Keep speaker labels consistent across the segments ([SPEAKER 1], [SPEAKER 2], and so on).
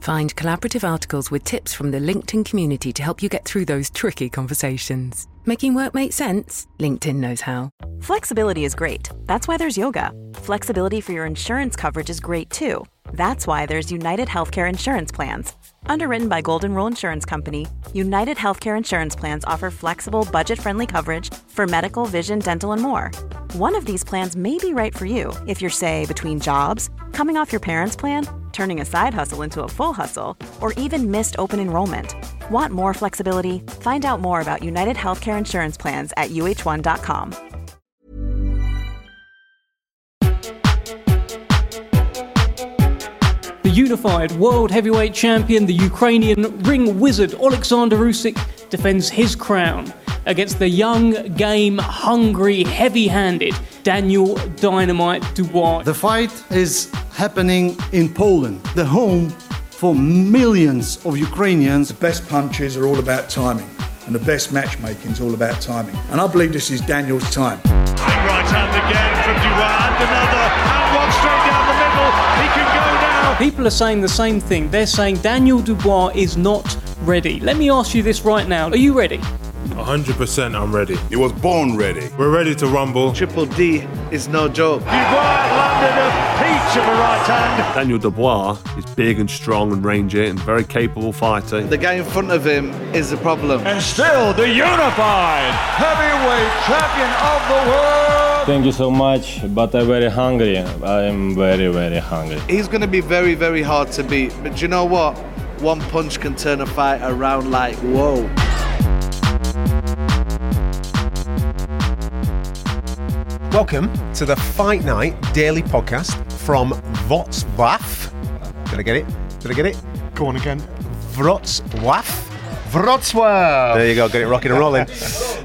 [SPEAKER 1] Find collaborative articles with tips from the LinkedIn community to help you get through those tricky conversations. Making work make sense? LinkedIn knows how.
[SPEAKER 2] Flexibility is great. That's why there's yoga. Flexibility for your insurance coverage is great too. That's why there's United Healthcare Insurance Plans. Underwritten by Golden Rule Insurance Company, United Healthcare Insurance Plans offer flexible, budget friendly coverage for medical, vision, dental, and more. One of these plans may be right for you if you're, say, between jobs, coming off your parents' plan, turning a side hustle into a full hustle, or even missed open enrollment. Want more flexibility? Find out more about United Healthcare Insurance Plans at uh1.com.
[SPEAKER 3] The unified world heavyweight champion, the Ukrainian ring wizard Oleksandr Usyk, defends his crown against the young, game, hungry, heavy-handed Daniel Dynamite Dubois.
[SPEAKER 4] The fight is happening in Poland, the home for millions of Ukrainians.
[SPEAKER 5] The best punches are all about timing, and the best matchmaking is all about timing. And I believe this is Daniel's time.
[SPEAKER 6] Right hand again from Durand, another, and one straight down the middle. He can go now.
[SPEAKER 3] People are saying the same thing. They're saying Daniel Dubois is not ready. Let me ask you this right now. Are you ready?
[SPEAKER 7] 100% I'm ready.
[SPEAKER 8] He was born ready.
[SPEAKER 7] We're ready to rumble.
[SPEAKER 9] Triple D is no joke.
[SPEAKER 6] Dubois landed a peach of a right hand.
[SPEAKER 10] Daniel Dubois is big and strong and rangy and very capable fighter.
[SPEAKER 9] The guy in front of him is the problem.
[SPEAKER 6] And still the unified heavyweight champion of the world.
[SPEAKER 11] Thank you so much, but I'm very hungry. I am very, very hungry.
[SPEAKER 9] He's going to be very, very hard to beat. But you know what? One punch can turn a fight around like whoa.
[SPEAKER 12] Welcome to the Fight Night Daily Podcast from Wrocław. Did I get it? Did I get it?
[SPEAKER 13] Go on again.
[SPEAKER 12] Wrocław.
[SPEAKER 13] Wrocław.
[SPEAKER 12] There you go, get it rocking and rolling.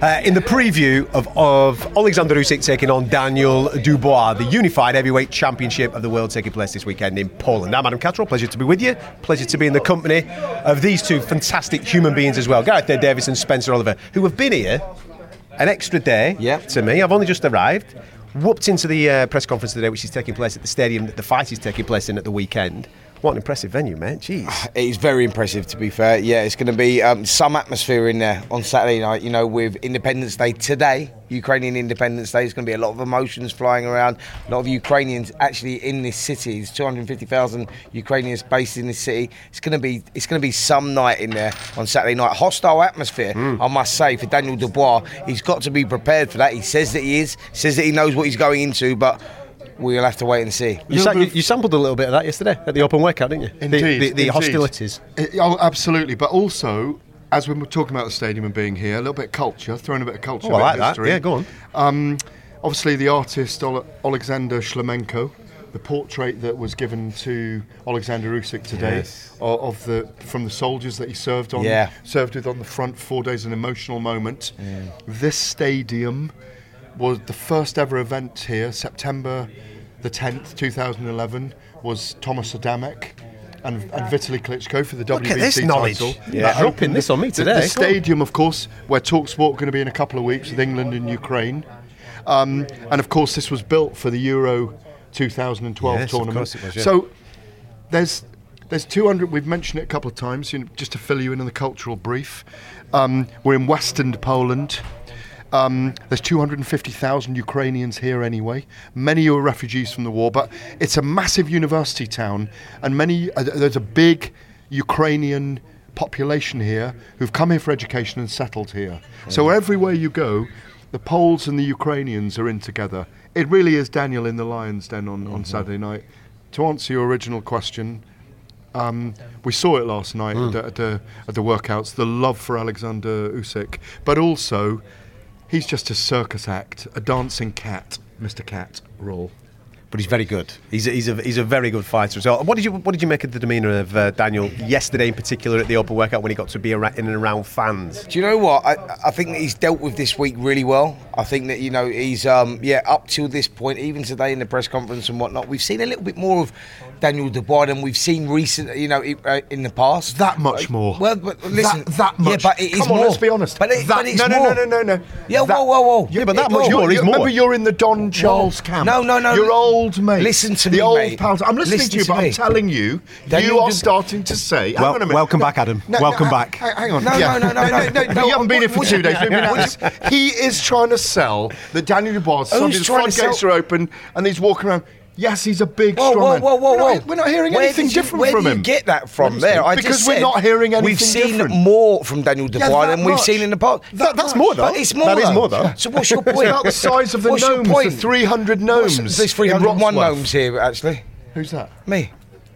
[SPEAKER 12] Uh, in the preview of, of Alexander Usyk taking on Daniel Dubois, the unified heavyweight championship of the world taking place this weekend in Poland. I'm Adam Cattrall, pleasure to be with you. Pleasure to be in the company of these two fantastic human beings as well, Gareth Day Davis and Spencer Oliver, who have been here an extra day Yeah. to me. I've only just arrived. Whooped into the uh, press conference today, which is taking place at the stadium that the fight is taking place in at the weekend. What an impressive venue, man. Jeez.
[SPEAKER 14] It's very impressive, to be fair. Yeah, it's going to be um, some atmosphere in there on Saturday night. You know, with Independence Day today, Ukrainian Independence Day, it's going to be a lot of emotions flying around. A lot of Ukrainians actually in this city. There's 250,000 Ukrainians based in this city. It's going to be it's going to be some night in there on Saturday night. Hostile atmosphere,
[SPEAKER 13] Hmm.
[SPEAKER 12] Um,
[SPEAKER 14] I must say, for Daniel Dubois. He's got to be prepared for that. He says that he is. Says that he knows what he's going into, but. We'll have to wait and see.
[SPEAKER 12] You, sa- you, you sampled a little bit of that yesterday at the open workout, didn't you? The-
[SPEAKER 13] Indeed.
[SPEAKER 12] The, the,
[SPEAKER 13] indeed.
[SPEAKER 12] hostilities.
[SPEAKER 13] It- oh, absolutely. But also, as we were talking about the stadium and being here, a little bit of culture, throwing a bit of culture.
[SPEAKER 12] Oh, I
[SPEAKER 13] a bit
[SPEAKER 12] like
[SPEAKER 13] of
[SPEAKER 12] that.
[SPEAKER 13] history.
[SPEAKER 12] Yeah, go on.
[SPEAKER 13] Um, obviously, the artist Ole- Alexander Shlemenko, the portrait that was given to Alexander Usyk today
[SPEAKER 12] Yes.
[SPEAKER 13] o- of the from the soldiers that he served on,
[SPEAKER 14] Yeah.
[SPEAKER 13] served with on the front four days, an emotional moment. This stadium was the first ever event here, September the 10th, 2011, was Thomas Adamek. And, and Vitaly Klitschko for the
[SPEAKER 12] Look
[SPEAKER 13] WBC
[SPEAKER 12] at this knowledge.
[SPEAKER 13] E title.
[SPEAKER 12] Yeah.
[SPEAKER 13] That
[SPEAKER 12] Dropping
[SPEAKER 13] opened
[SPEAKER 12] this on me
[SPEAKER 13] the-
[SPEAKER 12] today.
[SPEAKER 13] The stadium, of course, where Talksport are going to be in a couple of weeks with England and Ukraine. Um, and of course, this was built for the Euro 2012
[SPEAKER 12] Yes, of
[SPEAKER 13] tournament.
[SPEAKER 12] course it was, yeah.
[SPEAKER 13] So there's there's 200. We've mentioned it a couple of times. You know, just to fill you in on the cultural brief, um, we're in Western Poland. Um, there's 250,000 Ukrainians here anyway. Many who are refugees from the war, but it's a massive university town, and many uh, there's a big Ukrainian population here who've come here for education and settled here. So everywhere you go, the Poles and the Ukrainians are in together. It really is Daniel in the Lions Den on,
[SPEAKER 12] Mm-hmm.
[SPEAKER 13] on Saturday night. To answer your original question, um, we saw it last night
[SPEAKER 12] Mm.
[SPEAKER 13] at, the, at, the, at the workouts. The love for Alexander Usyk, but also he's just a circus act, a dancing cat, Mr. Cat Roll.
[SPEAKER 12] but he's very good. He's a, he's a, he's a very good fighter. So, what did you what did you make of the demeanour of uh, Daniel yesterday, in particular, at the open workout when he got to be ara- in and around fans?
[SPEAKER 14] Do you know what? I, I think that he's dealt with this week really well. I think that you know he's um, yeah up till this point, even today in the press conference and whatnot, we've seen a little bit more of Daniel Dubois than we've seen recent, you know, i- uh, in the past. That
[SPEAKER 13] much more.
[SPEAKER 14] Well, but listen,
[SPEAKER 13] That- that much.
[SPEAKER 14] Yeah, but it is
[SPEAKER 13] Come on,
[SPEAKER 14] more.
[SPEAKER 13] let's be honest.
[SPEAKER 14] But, it,
[SPEAKER 13] That-
[SPEAKER 14] but it's
[SPEAKER 13] no, no,
[SPEAKER 14] more.
[SPEAKER 13] no, no, no, no.
[SPEAKER 14] Yeah,
[SPEAKER 13] That-
[SPEAKER 14] whoa, whoa, whoa.
[SPEAKER 13] Yeah, but that
[SPEAKER 14] It-
[SPEAKER 13] much
[SPEAKER 14] whoa.
[SPEAKER 13] more is more. Remember you're in the Don Charles camp.
[SPEAKER 14] No, no, no.
[SPEAKER 13] You're old, mate.
[SPEAKER 14] Listen to
[SPEAKER 13] the
[SPEAKER 14] me,
[SPEAKER 13] old
[SPEAKER 14] mate.
[SPEAKER 13] pals. I'm listening
[SPEAKER 14] Listen
[SPEAKER 13] to you,
[SPEAKER 14] to
[SPEAKER 13] but
[SPEAKER 14] me.
[SPEAKER 13] I'm telling you,
[SPEAKER 14] Daniel
[SPEAKER 13] you are
[SPEAKER 14] Dub-
[SPEAKER 13] starting to say. hang
[SPEAKER 12] Wel-
[SPEAKER 13] on a minute.
[SPEAKER 12] welcome back, Adam. Welcome
[SPEAKER 13] hang-
[SPEAKER 12] back.
[SPEAKER 13] Hang, hang on.
[SPEAKER 12] No,
[SPEAKER 13] Yeah.
[SPEAKER 12] no, no, no, no,
[SPEAKER 13] no, You haven't been here for
[SPEAKER 12] what-
[SPEAKER 13] two days. We've been at
[SPEAKER 12] what-
[SPEAKER 13] this. He is trying to sell that Daniel Dubois.
[SPEAKER 14] Who's
[SPEAKER 13] Suddenly the
[SPEAKER 14] Oh, trying to
[SPEAKER 13] floodgates
[SPEAKER 14] sell-
[SPEAKER 13] are open, and he's walking around. Yes, he's a big,
[SPEAKER 14] Whoa,
[SPEAKER 13] strong
[SPEAKER 14] whoa,
[SPEAKER 13] man.
[SPEAKER 14] whoa, whoa,
[SPEAKER 13] We're not-
[SPEAKER 14] whoa!
[SPEAKER 13] We're not hearing
[SPEAKER 14] Where
[SPEAKER 13] anything
[SPEAKER 14] did you-
[SPEAKER 13] different
[SPEAKER 14] where
[SPEAKER 13] from
[SPEAKER 14] do you
[SPEAKER 13] him.
[SPEAKER 14] get that from
[SPEAKER 13] Honestly,
[SPEAKER 14] there? I
[SPEAKER 13] because
[SPEAKER 14] just
[SPEAKER 13] we're
[SPEAKER 14] said
[SPEAKER 13] not hearing anything
[SPEAKER 14] We've seen
[SPEAKER 13] different.
[SPEAKER 14] more from Daniel
[SPEAKER 13] Yeah,
[SPEAKER 14] Dubois
[SPEAKER 13] that
[SPEAKER 14] than we've
[SPEAKER 13] much.
[SPEAKER 14] seen in the past.
[SPEAKER 13] That- that's more, though.
[SPEAKER 14] But it's more.
[SPEAKER 13] That is more, though.
[SPEAKER 14] So what's your
[SPEAKER 13] It's
[SPEAKER 14] point?
[SPEAKER 13] about the size of the
[SPEAKER 14] What's your
[SPEAKER 13] gnomes, the
[SPEAKER 14] point?
[SPEAKER 13] 300
[SPEAKER 14] What's-
[SPEAKER 13] gnomes
[SPEAKER 14] There's
[SPEAKER 13] in
[SPEAKER 14] 301
[SPEAKER 13] Roxworth.
[SPEAKER 14] gnomes here actually.
[SPEAKER 13] Who's that?
[SPEAKER 14] Me.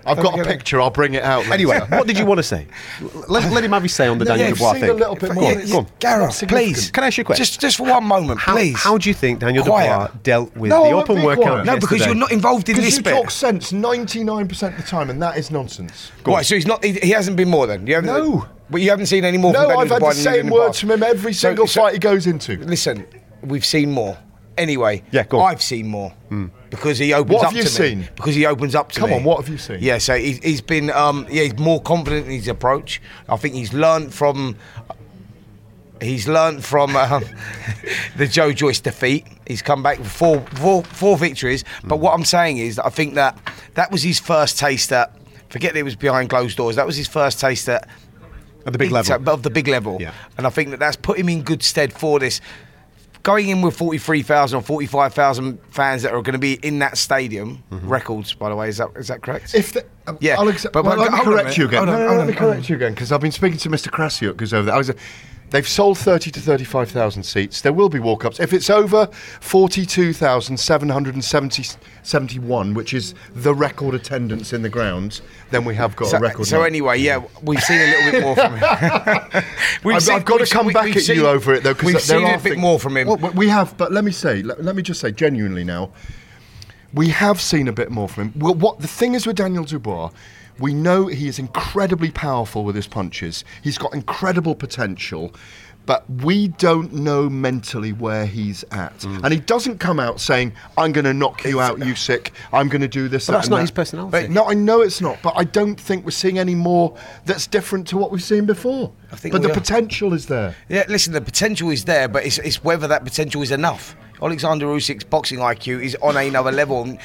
[SPEAKER 13] I've
[SPEAKER 14] Don't
[SPEAKER 13] got a
[SPEAKER 14] forget it.
[SPEAKER 13] picture. I'll bring it out. Later.
[SPEAKER 12] Anyway, what did you want to say? L- Let, let him have his say on the
[SPEAKER 13] No,
[SPEAKER 12] Daniel
[SPEAKER 13] yeah,
[SPEAKER 12] Dubois
[SPEAKER 13] sing
[SPEAKER 12] thing.
[SPEAKER 13] a little bit
[SPEAKER 12] Go
[SPEAKER 13] more.
[SPEAKER 12] on, go on.
[SPEAKER 14] Gareth, please.
[SPEAKER 12] Can I ask you a question?
[SPEAKER 14] Just, just for one moment,
[SPEAKER 12] How,
[SPEAKER 14] please.
[SPEAKER 12] how do you think Daniel
[SPEAKER 14] Quiet.
[SPEAKER 12] Dubois dealt with
[SPEAKER 13] No, I
[SPEAKER 12] the
[SPEAKER 13] won't
[SPEAKER 12] open
[SPEAKER 13] be
[SPEAKER 12] workout?
[SPEAKER 13] quiet.
[SPEAKER 14] No, because
[SPEAKER 12] yesterday?
[SPEAKER 14] you're not involved in
[SPEAKER 13] Because
[SPEAKER 14] this
[SPEAKER 13] you
[SPEAKER 14] bit.
[SPEAKER 13] talk sense 99% of the time, and that is nonsense.
[SPEAKER 14] Right, so he's not. He, he hasn't been more then. You haven't,
[SPEAKER 13] No.
[SPEAKER 14] but you haven't seen any more. from
[SPEAKER 13] No,
[SPEAKER 14] Daniel
[SPEAKER 13] I've had
[SPEAKER 14] Dubois
[SPEAKER 13] the
[SPEAKER 14] than you've
[SPEAKER 13] same
[SPEAKER 14] in
[SPEAKER 13] words
[SPEAKER 14] past.
[SPEAKER 13] from him every
[SPEAKER 14] So-
[SPEAKER 13] single
[SPEAKER 14] so-
[SPEAKER 13] fight he goes into.
[SPEAKER 14] Listen, we've seen more. Anyway, yeah,
[SPEAKER 13] go on.
[SPEAKER 14] I've seen more
[SPEAKER 12] Hmm.
[SPEAKER 14] because he opens
[SPEAKER 13] What
[SPEAKER 14] up
[SPEAKER 13] have you
[SPEAKER 14] to me.
[SPEAKER 13] seen?
[SPEAKER 14] Because he opens up to
[SPEAKER 13] Come
[SPEAKER 14] me.
[SPEAKER 13] on, what have you seen?
[SPEAKER 14] Yeah, so he's, he's been. Um, yeah, he's more confident in his approach. I think he's learned from. He's learned from um, the Joe Joyce defeat. He's come back with four, four, four victories. But what I'm saying is that I think that that was his first taste at, forget that it was behind closed doors, that was his first taste at
[SPEAKER 12] At the big
[SPEAKER 14] big
[SPEAKER 12] level.
[SPEAKER 14] t- of the big level.
[SPEAKER 12] Yeah.
[SPEAKER 14] And I think that that's put him in good stead for this. Going in with 43,000 or 45,000 fans that are going to be in that stadium, records, by the way, is that, is that correct?
[SPEAKER 13] If the, um,
[SPEAKER 14] yeah,
[SPEAKER 13] I'll accept, well, let me
[SPEAKER 14] hold on a
[SPEAKER 13] correct
[SPEAKER 14] minute.
[SPEAKER 13] you again.
[SPEAKER 14] Hold
[SPEAKER 13] No,
[SPEAKER 14] on,
[SPEAKER 13] no, no,
[SPEAKER 14] hold
[SPEAKER 13] let me
[SPEAKER 14] on, hold on.
[SPEAKER 13] correct you again because I've been speaking to Mr. Krasiuk who's over there. I was, they've sold thirty to thirty-five thousand seats. There will be walk-ups. If it's over forty-two thousand seven hundred and seventy seventy-one, which is the record attendance in the ground, then we have got
[SPEAKER 14] so,
[SPEAKER 13] a record.
[SPEAKER 14] so
[SPEAKER 13] now.
[SPEAKER 14] anyway, yeah, we've seen a little bit more from him. We've
[SPEAKER 13] I've,
[SPEAKER 14] seen-
[SPEAKER 13] I've got to
[SPEAKER 14] we've-
[SPEAKER 13] come
[SPEAKER 14] we-
[SPEAKER 13] back
[SPEAKER 14] we've
[SPEAKER 13] at
[SPEAKER 14] seen-
[SPEAKER 13] you over it though because
[SPEAKER 14] We've seen a bit more from him.
[SPEAKER 13] we have, but let me say, let, let me just say genuinely now, we have seen a bit more from him. Well, what the thing is with Daniel Dubois, we know he is incredibly powerful with his punches. He's got incredible potential. But we don't know mentally where he's at.
[SPEAKER 14] Mm.
[SPEAKER 13] And he doesn't come out saying, I'm going to knock you out, you sick. I'm going to do this.
[SPEAKER 12] But
[SPEAKER 13] that,
[SPEAKER 12] that's
[SPEAKER 13] and
[SPEAKER 12] not
[SPEAKER 13] that."
[SPEAKER 12] his personality.
[SPEAKER 13] But- no, I know it's not. But I don't think we're seeing any more that's different to what we've seen before.
[SPEAKER 14] I think
[SPEAKER 13] but
[SPEAKER 14] we
[SPEAKER 13] the
[SPEAKER 14] are.
[SPEAKER 13] potential is there.
[SPEAKER 14] Yeah, listen, the potential is there, but it's, it's whether that potential is enough. Alexander Usyk's boxing IQ is on another level. and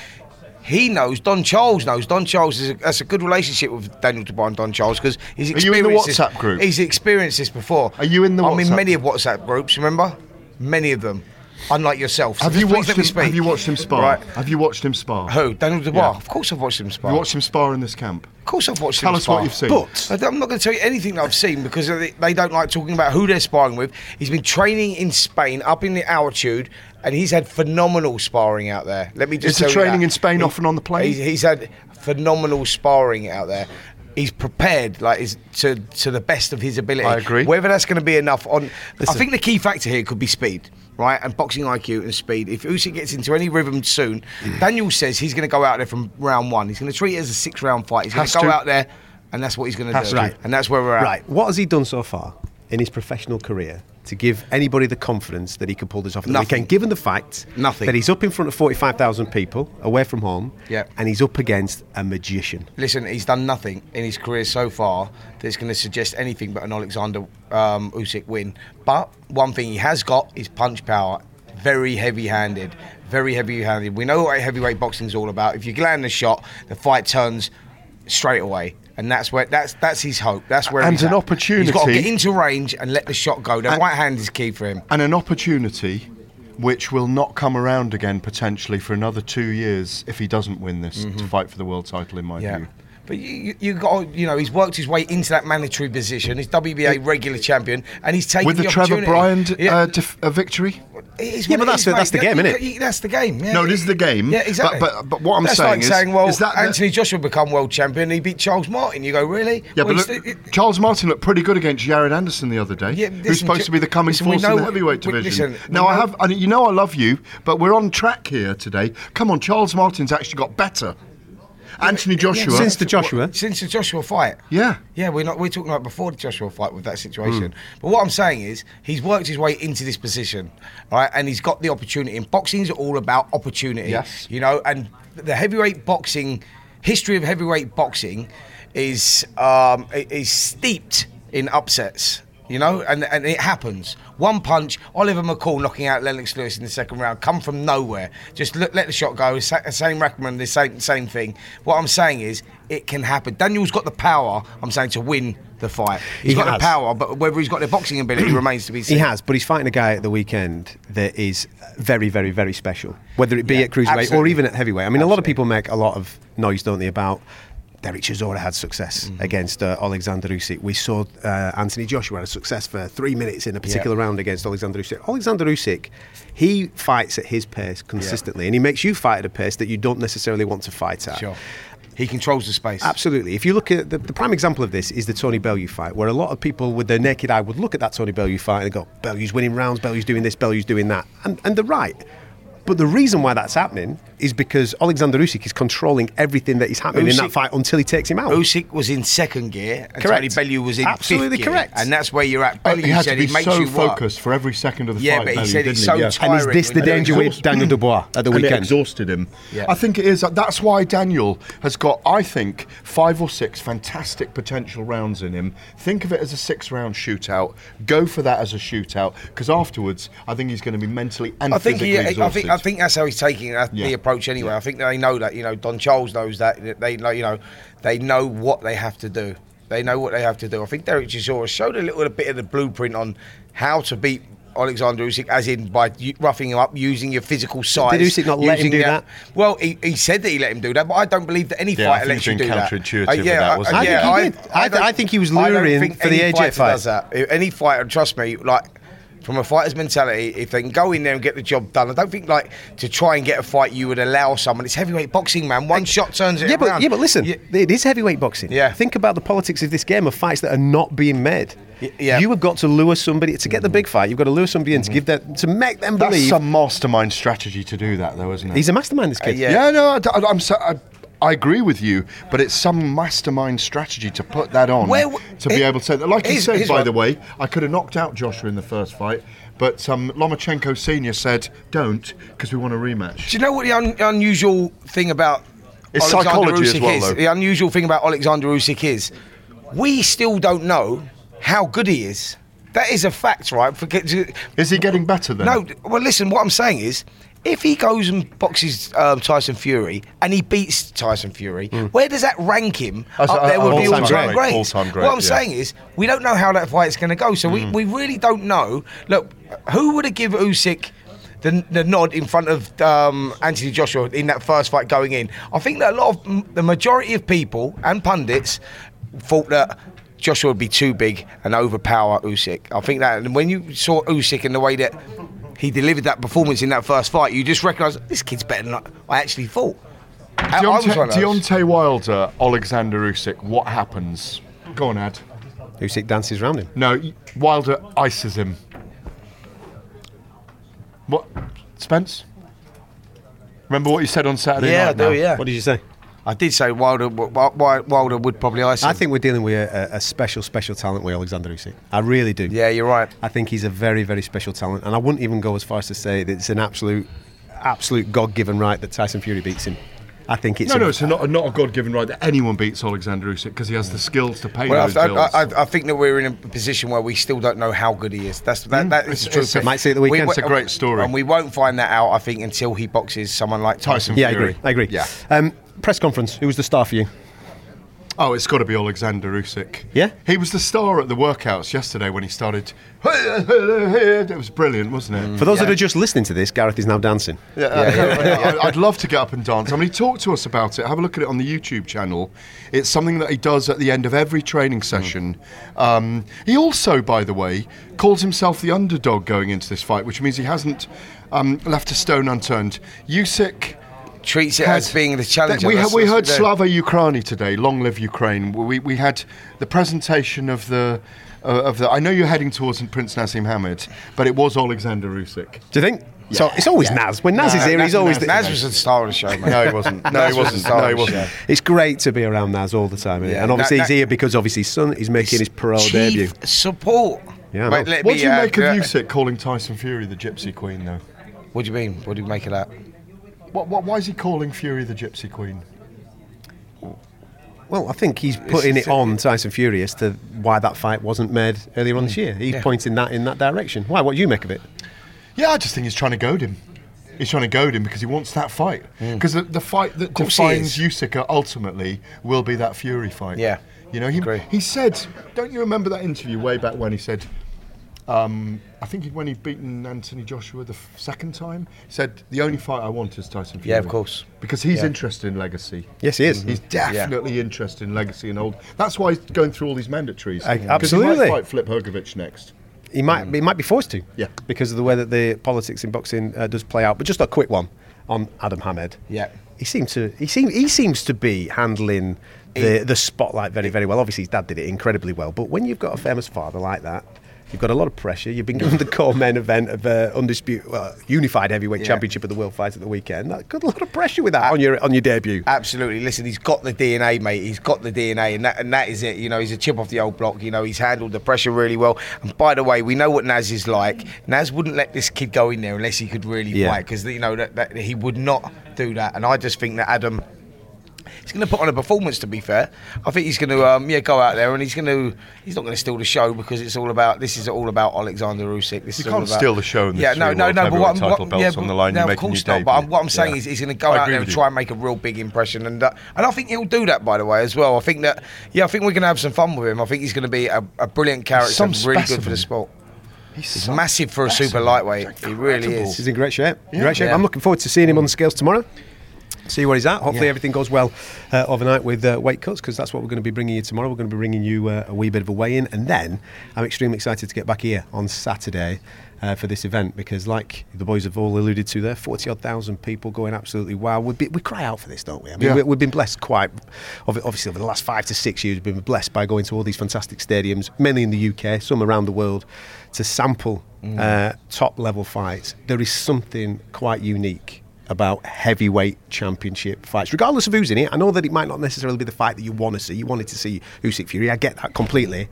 [SPEAKER 14] He knows. Don Charles knows. Don Charles is a, that's a good relationship with Daniel Dubois and Don Charles because he's
[SPEAKER 13] Are you
[SPEAKER 14] experienced
[SPEAKER 13] in the
[SPEAKER 14] this.
[SPEAKER 13] WhatsApp group?
[SPEAKER 14] He's experienced this before. Are
[SPEAKER 13] you in the
[SPEAKER 14] I'm in
[SPEAKER 13] WhatsApp
[SPEAKER 14] many of WhatsApp groups. Remember, many of them. Unlike yourself. So
[SPEAKER 13] Have
[SPEAKER 14] just
[SPEAKER 13] you
[SPEAKER 14] please
[SPEAKER 13] watched
[SPEAKER 14] let
[SPEAKER 13] him?
[SPEAKER 14] me speak.
[SPEAKER 13] Have you watched him spar?
[SPEAKER 14] Right.
[SPEAKER 13] Have you watched him spar?
[SPEAKER 14] Who? Daniel Dubois.
[SPEAKER 13] Yeah.
[SPEAKER 14] Of course, I've watched him spar.
[SPEAKER 13] Have you watched him spar in this camp?
[SPEAKER 14] Of course, I've watched
[SPEAKER 13] Tell
[SPEAKER 14] him
[SPEAKER 13] us what
[SPEAKER 14] spar.
[SPEAKER 13] you've seen.
[SPEAKER 14] But I don't- I'm not going to tell you anything that I've seen because they they don't like talking about who they're sparring with. He's been training in Spain, up in the altitude, and he's had phenomenal sparring out there. Let me just.
[SPEAKER 13] Is the
[SPEAKER 14] tell you
[SPEAKER 13] training
[SPEAKER 14] that.
[SPEAKER 13] in Spain off and on the plane?
[SPEAKER 14] He's, he's had phenomenal sparring out there. He's prepared, like is to to the best of his ability.
[SPEAKER 13] I agree.
[SPEAKER 14] Whether that's going to be enough on, I
[SPEAKER 13] Listen.
[SPEAKER 14] think the key factor here could be speed, right? And boxing IQ and speed. If Usyk gets into any rhythm soon,
[SPEAKER 12] Mm.
[SPEAKER 14] Daniel says he's going to go out there from round one. He's going to treat it as a six round fight. He's going
[SPEAKER 12] Has
[SPEAKER 14] to go
[SPEAKER 12] to.
[SPEAKER 14] out there, and that's what he's going to
[SPEAKER 12] Has
[SPEAKER 14] do.
[SPEAKER 12] to. Right.
[SPEAKER 14] And that's where we're at.
[SPEAKER 12] Right. What has he done so far in his professional career to give anybody the confidence that he can pull this off at the
[SPEAKER 14] Nothing.
[SPEAKER 12] weekend, given the fact
[SPEAKER 14] Nothing.
[SPEAKER 12] that he's up in front of 45,000 people away from home
[SPEAKER 14] Yeah.
[SPEAKER 12] and he's up against a magician?
[SPEAKER 14] Listen, he's done nothing in his career so far that's going to suggest anything but an Alexander um, Usyk win. But one thing he has got is punch power. Very heavy-handed, very heavy-handed. We know what heavyweight boxing's all about. If you land a shot, the fight turns straight away, and that's where that's that's his hope. That's where
[SPEAKER 13] And
[SPEAKER 14] he's
[SPEAKER 13] an
[SPEAKER 14] at. He's got to
[SPEAKER 13] opportunity-
[SPEAKER 14] get into range and let the shot go. The
[SPEAKER 13] And-
[SPEAKER 14] right hand is key for him.
[SPEAKER 13] And an opportunity which will not come around again potentially for another two years if he doesn't win this to fight for the world title, in my
[SPEAKER 14] Yeah.
[SPEAKER 13] view.
[SPEAKER 14] But you, you, you got, you know, he's worked his way into that mandatory position. He's WBA regular champion, and he's taken
[SPEAKER 13] With the, Trevor
[SPEAKER 14] opportunity.
[SPEAKER 13] Bryan uh, def- uh, victory?
[SPEAKER 14] It is
[SPEAKER 13] Yeah,
[SPEAKER 14] what
[SPEAKER 13] but
[SPEAKER 14] it
[SPEAKER 13] that's
[SPEAKER 14] is,
[SPEAKER 13] the-
[SPEAKER 14] mate.
[SPEAKER 13] that's the
[SPEAKER 14] You-
[SPEAKER 13] game,
[SPEAKER 14] you-
[SPEAKER 13] innit?
[SPEAKER 14] you- That's the game. Yeah.
[SPEAKER 15] No, it is the game,
[SPEAKER 14] Yeah,
[SPEAKER 15] but-
[SPEAKER 14] exactly.
[SPEAKER 15] but- but what I'm
[SPEAKER 14] that's
[SPEAKER 15] saying
[SPEAKER 14] like
[SPEAKER 15] is-
[SPEAKER 14] saying, well,
[SPEAKER 15] is that the-
[SPEAKER 14] Anthony Joshua become world champion. He beat Charles Martin. You go really?
[SPEAKER 15] Yeah,
[SPEAKER 14] Well,
[SPEAKER 15] but
[SPEAKER 14] he's-
[SPEAKER 15] look, Charles Martin looked pretty good against Jared Anderson the other day,
[SPEAKER 14] listen,
[SPEAKER 15] who's supposed
[SPEAKER 14] ju-
[SPEAKER 15] to be the coming
[SPEAKER 14] listen, we
[SPEAKER 15] force
[SPEAKER 14] know-
[SPEAKER 15] in the heavyweight
[SPEAKER 14] we-
[SPEAKER 15] division.
[SPEAKER 14] listen, we
[SPEAKER 15] now, I
[SPEAKER 14] know-
[SPEAKER 15] have, and you know, I love you, but we're on track here today. Come on, Charles Martin's actually got better. Anthony Joshua,
[SPEAKER 14] since the Joshua fight.
[SPEAKER 15] Yeah,
[SPEAKER 14] yeah, we're not we're talking about before the Joshua fight with that situation. But what I'm saying is he's worked his way into this position, all right, and he's got the opportunity. And boxing's all about opportunity,
[SPEAKER 15] Yes.
[SPEAKER 14] you know. And the heavyweight boxing history of heavyweight boxing is um, i- is steeped in upsets. You know, and, and it happens. One punch, Oliver McCall knocking out Lennox Lewis in the second round, come from nowhere. Just look, let the shot go. Sa- Same recommend, the same same thing. What I'm saying is, it can happen. Daniel's got the power. I'm saying to win the fight. He's
[SPEAKER 13] He
[SPEAKER 14] got
[SPEAKER 13] has.
[SPEAKER 14] the power, but whether he's got the boxing ability remains to be seen.
[SPEAKER 13] He has, but he's fighting a guy at the weekend that is very, very, very special, whether it be at cruiserweight or
[SPEAKER 14] absolutely.
[SPEAKER 13] even at heavyweight. I mean, a lot of people make a lot of noise, don't they, about Derek Chisora had success against uh, Alexander Usyk. We saw uh, Anthony Joshua had success for three minutes in a particular round against Alexander Usyk. Alexander Usyk, he fights at his pace consistently, and he makes you fight at a pace that you don't necessarily want to fight at.
[SPEAKER 14] Sure. He controls the space.
[SPEAKER 13] Absolutely. If you look at the, the prime example of this is the Tony Bellew fight, where a lot of people with their naked eye would look at that Tony Bellew fight and go, Bellew's winning rounds, Bellew's doing this, Bellew's doing that. And, and they're right. But the reason why that's happening is because Alexander Usyk is controlling everything that is happening in that
[SPEAKER 14] Usyk-
[SPEAKER 13] fight until he takes him out.
[SPEAKER 14] Usyk was in second gear, and
[SPEAKER 13] Correct.
[SPEAKER 14] Tony Bellew was in
[SPEAKER 13] Absolutely
[SPEAKER 14] fifth gear,
[SPEAKER 13] correct. Uh,
[SPEAKER 14] and that's where you're at.
[SPEAKER 15] Oh,
[SPEAKER 14] Bellew
[SPEAKER 15] he had
[SPEAKER 14] said
[SPEAKER 15] to be
[SPEAKER 14] he makes
[SPEAKER 15] so
[SPEAKER 14] you work.
[SPEAKER 15] focused for every second of the
[SPEAKER 14] Yeah,
[SPEAKER 15] fight.
[SPEAKER 14] but he
[SPEAKER 15] Bellew,
[SPEAKER 14] said it's
[SPEAKER 15] didn't he?
[SPEAKER 14] so
[SPEAKER 13] And is this the tiring danger with
[SPEAKER 15] exhausted-
[SPEAKER 13] Daniel Dubois at the
[SPEAKER 15] And it
[SPEAKER 13] weekend?
[SPEAKER 15] exhausted him.
[SPEAKER 13] Yeah.
[SPEAKER 15] I think it is. That's why Daniel has got, I think, five or six fantastic potential rounds in him. Think of it as a six-round shootout. Go for that as a shootout because afterwards, I think he's going to be mentally and
[SPEAKER 14] I think
[SPEAKER 15] physically
[SPEAKER 14] he, I
[SPEAKER 15] exhausted.
[SPEAKER 14] think I think that's how he's taking that, the
[SPEAKER 15] Yeah.
[SPEAKER 14] approach anyway. I think they know that. You know, Don Charles knows that. that They know. You know, they know what they have to do. They know what they have to do. I think Derek Chisora showed a little bit of the blueprint on how to beat Alexander Usyk, as in by u- roughing him up, using your physical size.
[SPEAKER 13] Usyk not let him
[SPEAKER 14] using
[SPEAKER 13] do
[SPEAKER 14] the-
[SPEAKER 13] that?
[SPEAKER 14] Well, he, he said that he let him do that, but I don't believe that any
[SPEAKER 13] Yeah, I
[SPEAKER 14] fighter
[SPEAKER 13] think
[SPEAKER 14] lets you
[SPEAKER 13] it's
[SPEAKER 14] do
[SPEAKER 13] been
[SPEAKER 14] that.
[SPEAKER 13] counterintuitive
[SPEAKER 14] Uh,
[SPEAKER 13] with that, wasn't it? I think he did. I th-
[SPEAKER 14] don't-
[SPEAKER 13] I think he was
[SPEAKER 14] I don't
[SPEAKER 13] luring
[SPEAKER 14] think
[SPEAKER 13] for the
[SPEAKER 14] any
[SPEAKER 13] AJ
[SPEAKER 14] fighter
[SPEAKER 13] fight.
[SPEAKER 14] Does that. If Any fighter, trust me, like from a fighter's mentality, if they can go in there and get the job done, I don't think like to try and get a fight, you would allow someone. It's heavyweight boxing, man. One shot turns it
[SPEAKER 13] yeah,
[SPEAKER 14] around.
[SPEAKER 13] but, yeah, but listen, it is heavyweight boxing. Yeah. Think about the politics of this game of fights that are not being made. Yeah. You have got to lure somebody to get the big fight. You've got to lure somebody in to give that to make them
[SPEAKER 15] That's
[SPEAKER 13] believe.
[SPEAKER 15] some mastermind strategy to do that, though, isn't it?
[SPEAKER 13] He's a mastermind, this
[SPEAKER 15] Uh,
[SPEAKER 13] kid.
[SPEAKER 15] yeah. no, I, I, I'm so, I, I agree with you, but it's some mastermind strategy to put that on
[SPEAKER 14] Where w-
[SPEAKER 15] to be
[SPEAKER 14] it-
[SPEAKER 15] able to say that. Like you
[SPEAKER 14] here's-
[SPEAKER 15] said,
[SPEAKER 14] here's
[SPEAKER 15] by
[SPEAKER 14] what-
[SPEAKER 15] the way, I could have knocked out Joshua in the first fight, but um, Lomachenko Senior said, "Don't, because we want a rematch."
[SPEAKER 14] Do you know what the un- unusual thing about
[SPEAKER 15] It's
[SPEAKER 14] Alexander
[SPEAKER 15] psychology as
[SPEAKER 14] Usyk
[SPEAKER 15] well,
[SPEAKER 14] is?
[SPEAKER 15] though.
[SPEAKER 14] The unusual thing about Alexander Usyk is we still don't know how good he is. That is a fact, right? Forget to,
[SPEAKER 15] is he getting better then?
[SPEAKER 14] No. Well, listen. What I'm saying is, if he goes and boxes um, Tyson Fury and he beats Tyson Fury, where does that rank him
[SPEAKER 15] Hmm. As
[SPEAKER 14] up
[SPEAKER 15] a-
[SPEAKER 14] there with
[SPEAKER 15] an
[SPEAKER 14] the
[SPEAKER 15] all-time
[SPEAKER 14] all-time
[SPEAKER 15] great,
[SPEAKER 14] greats?
[SPEAKER 15] all-time great,
[SPEAKER 14] What I'm
[SPEAKER 15] yeah.
[SPEAKER 14] saying is, we don't know how that fight's going to go, so we, we really don't know. Look, who would have given Usyk? The, the nod in front of um, Anthony Joshua in that first fight going in. I think that a lot of m- the majority of people and pundits thought that Joshua would be too big and overpower Usyk. I think that, and when you saw Usyk and the way that he delivered that performance in that first fight, you just recognise this kid's better than I- I actually thought. I, I was
[SPEAKER 15] Deontay,
[SPEAKER 14] one of those.
[SPEAKER 15] Deontay Wilder, Alexander Usyk. What happens? Go on, Ad.
[SPEAKER 13] Usyk dances round him.
[SPEAKER 15] No, Wilder ices him. What, Spence? Remember what you said on Saturday
[SPEAKER 14] yeah,
[SPEAKER 15] night?
[SPEAKER 14] I do.
[SPEAKER 15] now?
[SPEAKER 14] Yeah.
[SPEAKER 13] did you say?
[SPEAKER 14] I did say Wilder. Wilder, Wilder would probably ice him.
[SPEAKER 13] I think we're dealing with a, a special, special talent with Alexander Usyk. I really do.
[SPEAKER 14] Yeah, you're right.
[SPEAKER 13] I think he's a very, very special talent, and I wouldn't even go as far as to say that it's an absolute, absolute God-given right that Tyson Fury beats him. I think it's
[SPEAKER 15] no,
[SPEAKER 13] a-
[SPEAKER 15] no, it's not, not a God-given right that anyone beats Alexander Usyk because he has the skills to pay
[SPEAKER 14] Well,
[SPEAKER 15] those
[SPEAKER 14] I, I,
[SPEAKER 15] bills.
[SPEAKER 14] I, I- I think that we're in a position where we still don't know how good he is. That's that, that
[SPEAKER 15] Hmm? It's-
[SPEAKER 14] is the truth.
[SPEAKER 15] it's a- Might see at the weekend. It's a great story.
[SPEAKER 14] and we won't find that out. I think until he boxes someone like Tyson.
[SPEAKER 13] yeah, I
[SPEAKER 14] Fury.
[SPEAKER 13] agree. I agree. Yeah. Um, press conference. Who was the star for you?
[SPEAKER 12] Oh, it's got to be Alexander Usyk.
[SPEAKER 3] Yeah?
[SPEAKER 12] He was the star at the workouts yesterday when he started. It was brilliant, wasn't
[SPEAKER 13] Mm.
[SPEAKER 12] it?
[SPEAKER 3] For those that are just listening to this, Gareth is now dancing.
[SPEAKER 12] Yeah, I- I'd love to get up and dance. I mean, he talked to us about it. Have a look at it on the YouTube channel. It's something that he does at the end of every
[SPEAKER 14] Hmm.
[SPEAKER 12] training session. Um, he also, by the way, calls himself the underdog going into this fight, which means he hasn't um, left a stone unturned. Usyk
[SPEAKER 14] treats it as being the challenger.
[SPEAKER 12] we,
[SPEAKER 14] That's-
[SPEAKER 12] we
[SPEAKER 14] that's
[SPEAKER 12] heard
[SPEAKER 14] the-
[SPEAKER 12] Slava Ukraini today. Long live Ukraine. We, we had the presentation of the. Uh, of the, I know you're heading towards Prince Nassim Hamid, but it was Alexander Usyk.
[SPEAKER 3] Do you think? So it's always Naz. When Naz
[SPEAKER 12] No,
[SPEAKER 3] is here,
[SPEAKER 12] Naz-
[SPEAKER 3] he's always
[SPEAKER 12] Naz-
[SPEAKER 3] the
[SPEAKER 12] Naz was
[SPEAKER 14] the star of the show, mate.
[SPEAKER 12] No, he wasn't. No, he
[SPEAKER 14] Naz was
[SPEAKER 12] wasn't.
[SPEAKER 14] the star
[SPEAKER 12] No, he
[SPEAKER 14] of the
[SPEAKER 12] wasn't.
[SPEAKER 14] show.
[SPEAKER 3] It's great to be around Naz all the time, isn't it?
[SPEAKER 14] Yeah,
[SPEAKER 3] and obviously
[SPEAKER 14] that-
[SPEAKER 3] he's here because obviously his son is making his pro
[SPEAKER 14] Chief
[SPEAKER 3] debut.
[SPEAKER 14] support.
[SPEAKER 3] Oh, Yeah, I
[SPEAKER 14] Mate,
[SPEAKER 3] know.
[SPEAKER 14] let
[SPEAKER 12] What
[SPEAKER 14] me,
[SPEAKER 12] do you
[SPEAKER 14] uh,
[SPEAKER 12] make of
[SPEAKER 14] uh,
[SPEAKER 12] Usyk calling Tyson Fury the Gypsy Queen, though?
[SPEAKER 14] What do you mean? What do you make of that?
[SPEAKER 12] What, what, why is he calling Fury the Gypsy Queen?
[SPEAKER 3] Well, I think he's putting it on Tyson Fury as to why that fight wasn't made earlier
[SPEAKER 14] Mm.
[SPEAKER 3] on this year. He's
[SPEAKER 12] Yeah.
[SPEAKER 3] pointing that in that direction. Why? What do you make of it?
[SPEAKER 12] Yeah, I just think he's trying to goad him. He's trying to goad him because he wants that fight. Because the, the fight that
[SPEAKER 14] Mm. course he
[SPEAKER 12] defines Usyk ultimately will be that Fury fight.
[SPEAKER 14] Yeah.
[SPEAKER 12] You know, he, he said, don't you remember that interview way back when he said, um, I think when he'd beaten Anthony Joshua the f- second time, he said, the only fight I want is Tyson Fury.
[SPEAKER 14] Yeah, of course.
[SPEAKER 12] Because he's
[SPEAKER 14] Yeah.
[SPEAKER 12] interested in legacy.
[SPEAKER 3] Yes, he is. Mm-hmm.
[SPEAKER 12] He's definitely interested in legacy and old. That's why he's going through all these mandatories.
[SPEAKER 3] I-
[SPEAKER 12] 'Cause he might
[SPEAKER 3] absolutely.
[SPEAKER 12] fight Flip Hergovich next.
[SPEAKER 3] He might, he might be forced to.
[SPEAKER 12] Yeah.
[SPEAKER 3] Because of the way that the politics in boxing uh, does play out. But just a quick one on Adam Hamed.
[SPEAKER 14] Yeah.
[SPEAKER 3] He seems to he seem, he seems to be handling the, the spotlight very very well. Obviously his dad did it incredibly well, but when you've got a famous father like that, you've got a lot of pressure. You've been given the core main event of uh, undisputed well, unified heavyweight
[SPEAKER 14] Yeah.
[SPEAKER 3] championship of the world fight at the weekend. That got a lot of pressure with that on your on your debut.
[SPEAKER 14] Absolutely. Listen, he's got the DNA, mate. He's got the DNA, and that and that is it. You know, he's a chip off the old block. You know, he's handled the pressure really well. And by the way, we know what Naz is like. Naz wouldn't let this kid go in there unless he could really
[SPEAKER 3] Yeah.
[SPEAKER 14] fight, because you know that, that he would not do that. And I just think that Adam. He's going to put on a performance. To be fair, I think he's going to um, yeah go out there and he's going to he's not going to steal the show because it's all about this is all about Alexander Usyk. This
[SPEAKER 12] You
[SPEAKER 14] is all
[SPEAKER 12] can't
[SPEAKER 14] about-
[SPEAKER 12] steal the show in the
[SPEAKER 14] yeah no
[SPEAKER 12] three
[SPEAKER 14] no
[SPEAKER 12] world
[SPEAKER 14] no. But what I'm,
[SPEAKER 12] heavyweight title
[SPEAKER 14] what, yeah,
[SPEAKER 12] belts on
[SPEAKER 14] but-
[SPEAKER 12] the line,
[SPEAKER 14] no,
[SPEAKER 12] you're
[SPEAKER 14] of
[SPEAKER 12] making
[SPEAKER 14] course
[SPEAKER 12] your
[SPEAKER 14] not. But
[SPEAKER 12] debut.
[SPEAKER 14] I'm, what I'm saying
[SPEAKER 12] Yeah.
[SPEAKER 14] is he's going to go
[SPEAKER 12] I
[SPEAKER 14] out
[SPEAKER 12] agree
[SPEAKER 14] there and
[SPEAKER 12] with you.
[SPEAKER 14] try and make a real big impression, and uh, and I think he'll do that by the way as well. I think that yeah I think we're going to have some fun with him. I think he's going to be a, a brilliant character,
[SPEAKER 12] Some
[SPEAKER 14] really good for
[SPEAKER 12] specimen.
[SPEAKER 14] the sport.
[SPEAKER 12] He's,
[SPEAKER 14] massive for a super lightweight. He really is.
[SPEAKER 3] He's in great shape.
[SPEAKER 14] Yeah.
[SPEAKER 3] Great shape.
[SPEAKER 14] Yeah.
[SPEAKER 3] I'm looking forward to seeing him on the
[SPEAKER 12] Mm.
[SPEAKER 3] scales tomorrow. See where he's at. Hopefully
[SPEAKER 14] Yeah.
[SPEAKER 3] everything goes well uh, overnight with uh, weight cuts because that's what we're going to be bringing you tomorrow. We're going to be bringing you uh, a wee bit of a weigh in, and then I'm extremely excited to get back here on Saturday uh, for this event because, like the boys have all alluded to, there forty odd thousand people going absolutely wild. We, be, we cry out for this, don't we? I mean,
[SPEAKER 12] Yeah.
[SPEAKER 3] we, we've been blessed quite ob- obviously over the last five to six years. We've been blessed by going to all these fantastic stadiums, mainly in the UK, some around the world, to sample uh, top level fights, there is something quite unique about heavyweight championship fights, regardless of who's in it. I know that it might not necessarily be the fight that you want to see. You wanted to see Usyk Fury. I get that completely,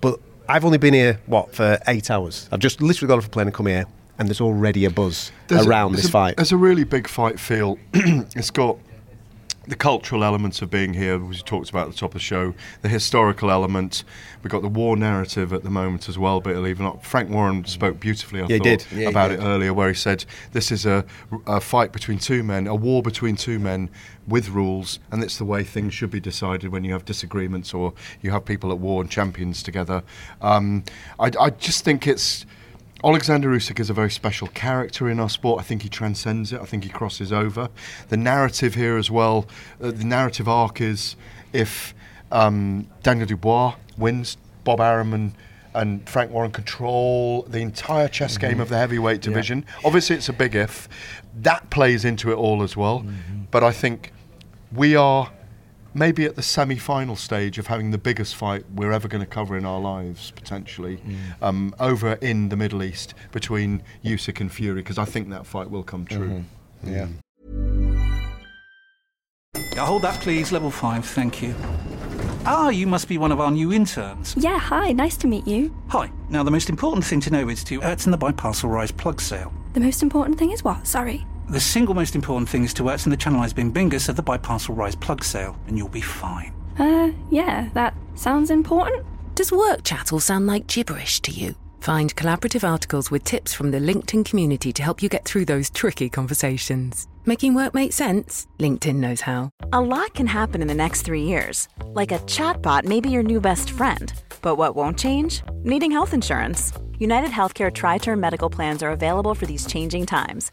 [SPEAKER 3] but I've only been here what for eight hours. I've just literally got off a plane and come here, and there's already a buzz
[SPEAKER 12] There's a-
[SPEAKER 3] around
[SPEAKER 12] there's
[SPEAKER 3] this
[SPEAKER 12] a-
[SPEAKER 3] fight.
[SPEAKER 12] There's a really big fight feel. it's got the cultural elements of being here, which we talked about at the top of the show, the historical element. We've got the war narrative at the moment as well, but believe it or not. Frank Warren spoke beautifully, I
[SPEAKER 3] Yeah, he
[SPEAKER 12] thought,
[SPEAKER 3] did. Yeah, he
[SPEAKER 12] about
[SPEAKER 3] did.
[SPEAKER 12] it earlier, where he said, This is a, um, a fight between two men, a war between two men with rules, and it's the way things should be decided when you have disagreements or you have people at war and champions together. Um, I, I just think it's. Alexander Usyk is a very special character in our sport. I think he transcends it. I think he crosses over. The narrative here as well, uh, the narrative arc is if um, Daniel Dubois wins, Bob Arum and Frank Warren control the entire chess
[SPEAKER 7] Mm-hmm.
[SPEAKER 12] game of the heavyweight division. Obviously, it's a big if. That plays into it all as well.
[SPEAKER 7] Mm-hmm.
[SPEAKER 12] But I think we are maybe at the semi-final stage of having the biggest fight we're ever going to cover in our lives potentially
[SPEAKER 7] Mm.
[SPEAKER 12] um, over in the Middle East between Usyk and Fury because I think that fight will come true.
[SPEAKER 7] Mm-hmm.
[SPEAKER 14] Yeah.
[SPEAKER 16] Yeah, hold that, please. Level five, thank you. Ah, you must be one of our new interns.
[SPEAKER 15] Yeah, hi, nice to meet you.
[SPEAKER 16] Hi. Now, the most important thing to know is to Ertz and the Biparcel Rise plug sale.
[SPEAKER 15] The most important thing is what? Sorry.
[SPEAKER 16] The single most important thing is to Ertz and the Channelized Bing Bingus of the Biparcel Rise plug sale, and you'll be fine.
[SPEAKER 15] Uh, yeah, that sounds important.
[SPEAKER 1] Does work chat all sound like gibberish to you? Find collaborative articles with tips from the LinkedIn community to help you get through those tricky conversations. Making work make sense? LinkedIn knows how.
[SPEAKER 2] A lot can happen in the next three years. Like a chatbot may be your new best friend. But what won't change? Needing health insurance. United Healthcare Tri Term Medical Plans are available for these changing times.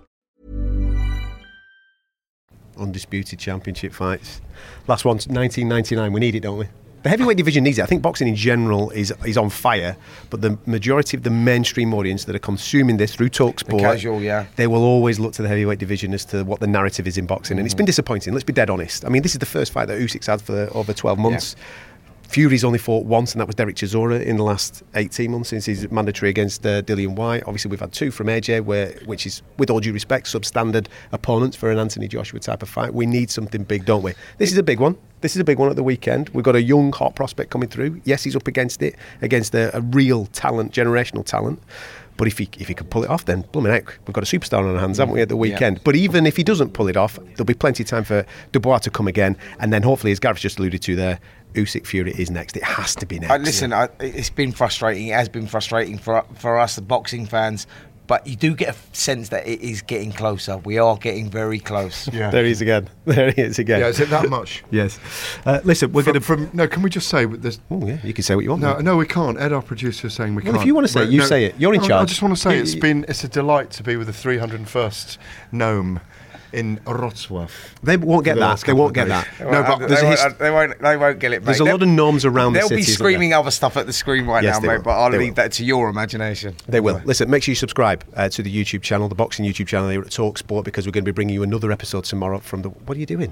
[SPEAKER 12] Undisputed championship fights. Last one's 1999. We need it, don't we? The heavyweight division needs it. I think boxing in general is is on fire, but the majority of the mainstream audience that are consuming this through Talksport,
[SPEAKER 14] casual, yeah.
[SPEAKER 12] they will always look to the heavyweight division as to what the narrative is in boxing, and it's been disappointing. Let's be dead honest. I mean, this is the first fight that Usyk's had for over 12 months. Fury's only fought once, and that was Derek Chisora in the last 18 months since his mandatory against uh, Dillian White. Obviously, we've had two from AJ, where, which is, with all due respect, substandard opponents for an Anthony Joshua type of fight. We need something big, don't we? This is a big one. This is a big one at the weekend. We've got a young, hot prospect coming through. Yes, he's up against it, against a, a real talent, generational talent. But if he, if he could pull it off, then blooming heck, we've got a superstar on our hands, haven't we, at the weekend? But even if he doesn't pull it off, there'll be plenty of time for Dubois to come again. And then hopefully, as Gareth just alluded to there, Usyk Fury is next. It has to be next.
[SPEAKER 14] I, listen, I, it's been frustrating. It has been frustrating for for us, the boxing fans. But you do get a f- sense that it is getting closer. We are getting very close.
[SPEAKER 12] There he is again. There he is again.
[SPEAKER 13] Yeah, is it that much?
[SPEAKER 12] yes. Uh, listen, we're going to.
[SPEAKER 13] From no, can we just say with this?
[SPEAKER 12] Oh yeah, you can say what you want.
[SPEAKER 13] No,
[SPEAKER 12] mate.
[SPEAKER 13] no, we can't. Ed, our producer, is saying we
[SPEAKER 12] Well, if
[SPEAKER 13] can't.
[SPEAKER 12] you wanna say it,
[SPEAKER 13] Wait,
[SPEAKER 12] you say it. You're in
[SPEAKER 13] I- I
[SPEAKER 12] charge.
[SPEAKER 13] just want to say
[SPEAKER 12] You-
[SPEAKER 13] it's
[SPEAKER 12] you-
[SPEAKER 13] been it's a delight to be with the 301st gnome in Wrocław.
[SPEAKER 12] They won't get
[SPEAKER 13] For the
[SPEAKER 12] that.
[SPEAKER 13] last
[SPEAKER 12] They
[SPEAKER 13] couple
[SPEAKER 12] won't
[SPEAKER 13] of
[SPEAKER 12] get
[SPEAKER 13] days.
[SPEAKER 12] that.
[SPEAKER 13] No, but
[SPEAKER 14] they,
[SPEAKER 13] there's a
[SPEAKER 14] won't,
[SPEAKER 13] hist-
[SPEAKER 14] they won't. They won't get it. Mate.
[SPEAKER 12] There's a lot of norms around the
[SPEAKER 14] They'll be
[SPEAKER 12] cities, isn't
[SPEAKER 14] screaming other stuff at the screen right
[SPEAKER 12] Yes,
[SPEAKER 14] now,
[SPEAKER 12] they
[SPEAKER 14] mate.
[SPEAKER 12] will.
[SPEAKER 14] But I'll
[SPEAKER 12] They
[SPEAKER 14] leave
[SPEAKER 12] will.
[SPEAKER 14] that to your imagination.
[SPEAKER 12] They will. Listen, make sure you subscribe uh, to the YouTube channel, the boxing YouTube channel here at Talksport, because we're going to be bringing you another episode tomorrow from the. What are you doing?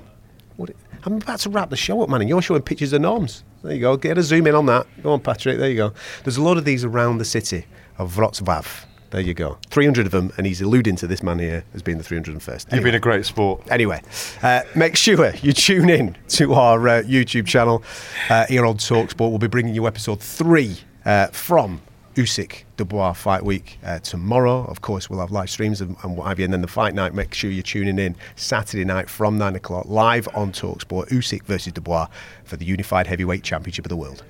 [SPEAKER 12] What, I'm about to wrap the show up, man, and you're showing pictures of norms. There you go. Get a zoom in on that. Go on, Patrick. There you go. There's a lot of these around the city of Wrocław. There you go. 300 of them, and he's alluding to this man here as being the 301st.
[SPEAKER 13] You've been a great sport.
[SPEAKER 12] Anyway, uh, make sure you tune in to our uh, YouTube channel uh, here on Talksport. We'll be bringing you episode three uh, from Usyk Dubois Fight Week uh, tomorrow. Of course, we'll have live streams and, and what have you. And then the fight night, make sure you're tuning in Saturday night from nine o'clock live on Talksport. Usyk versus Dubois for the Unified Heavyweight Championship of the World.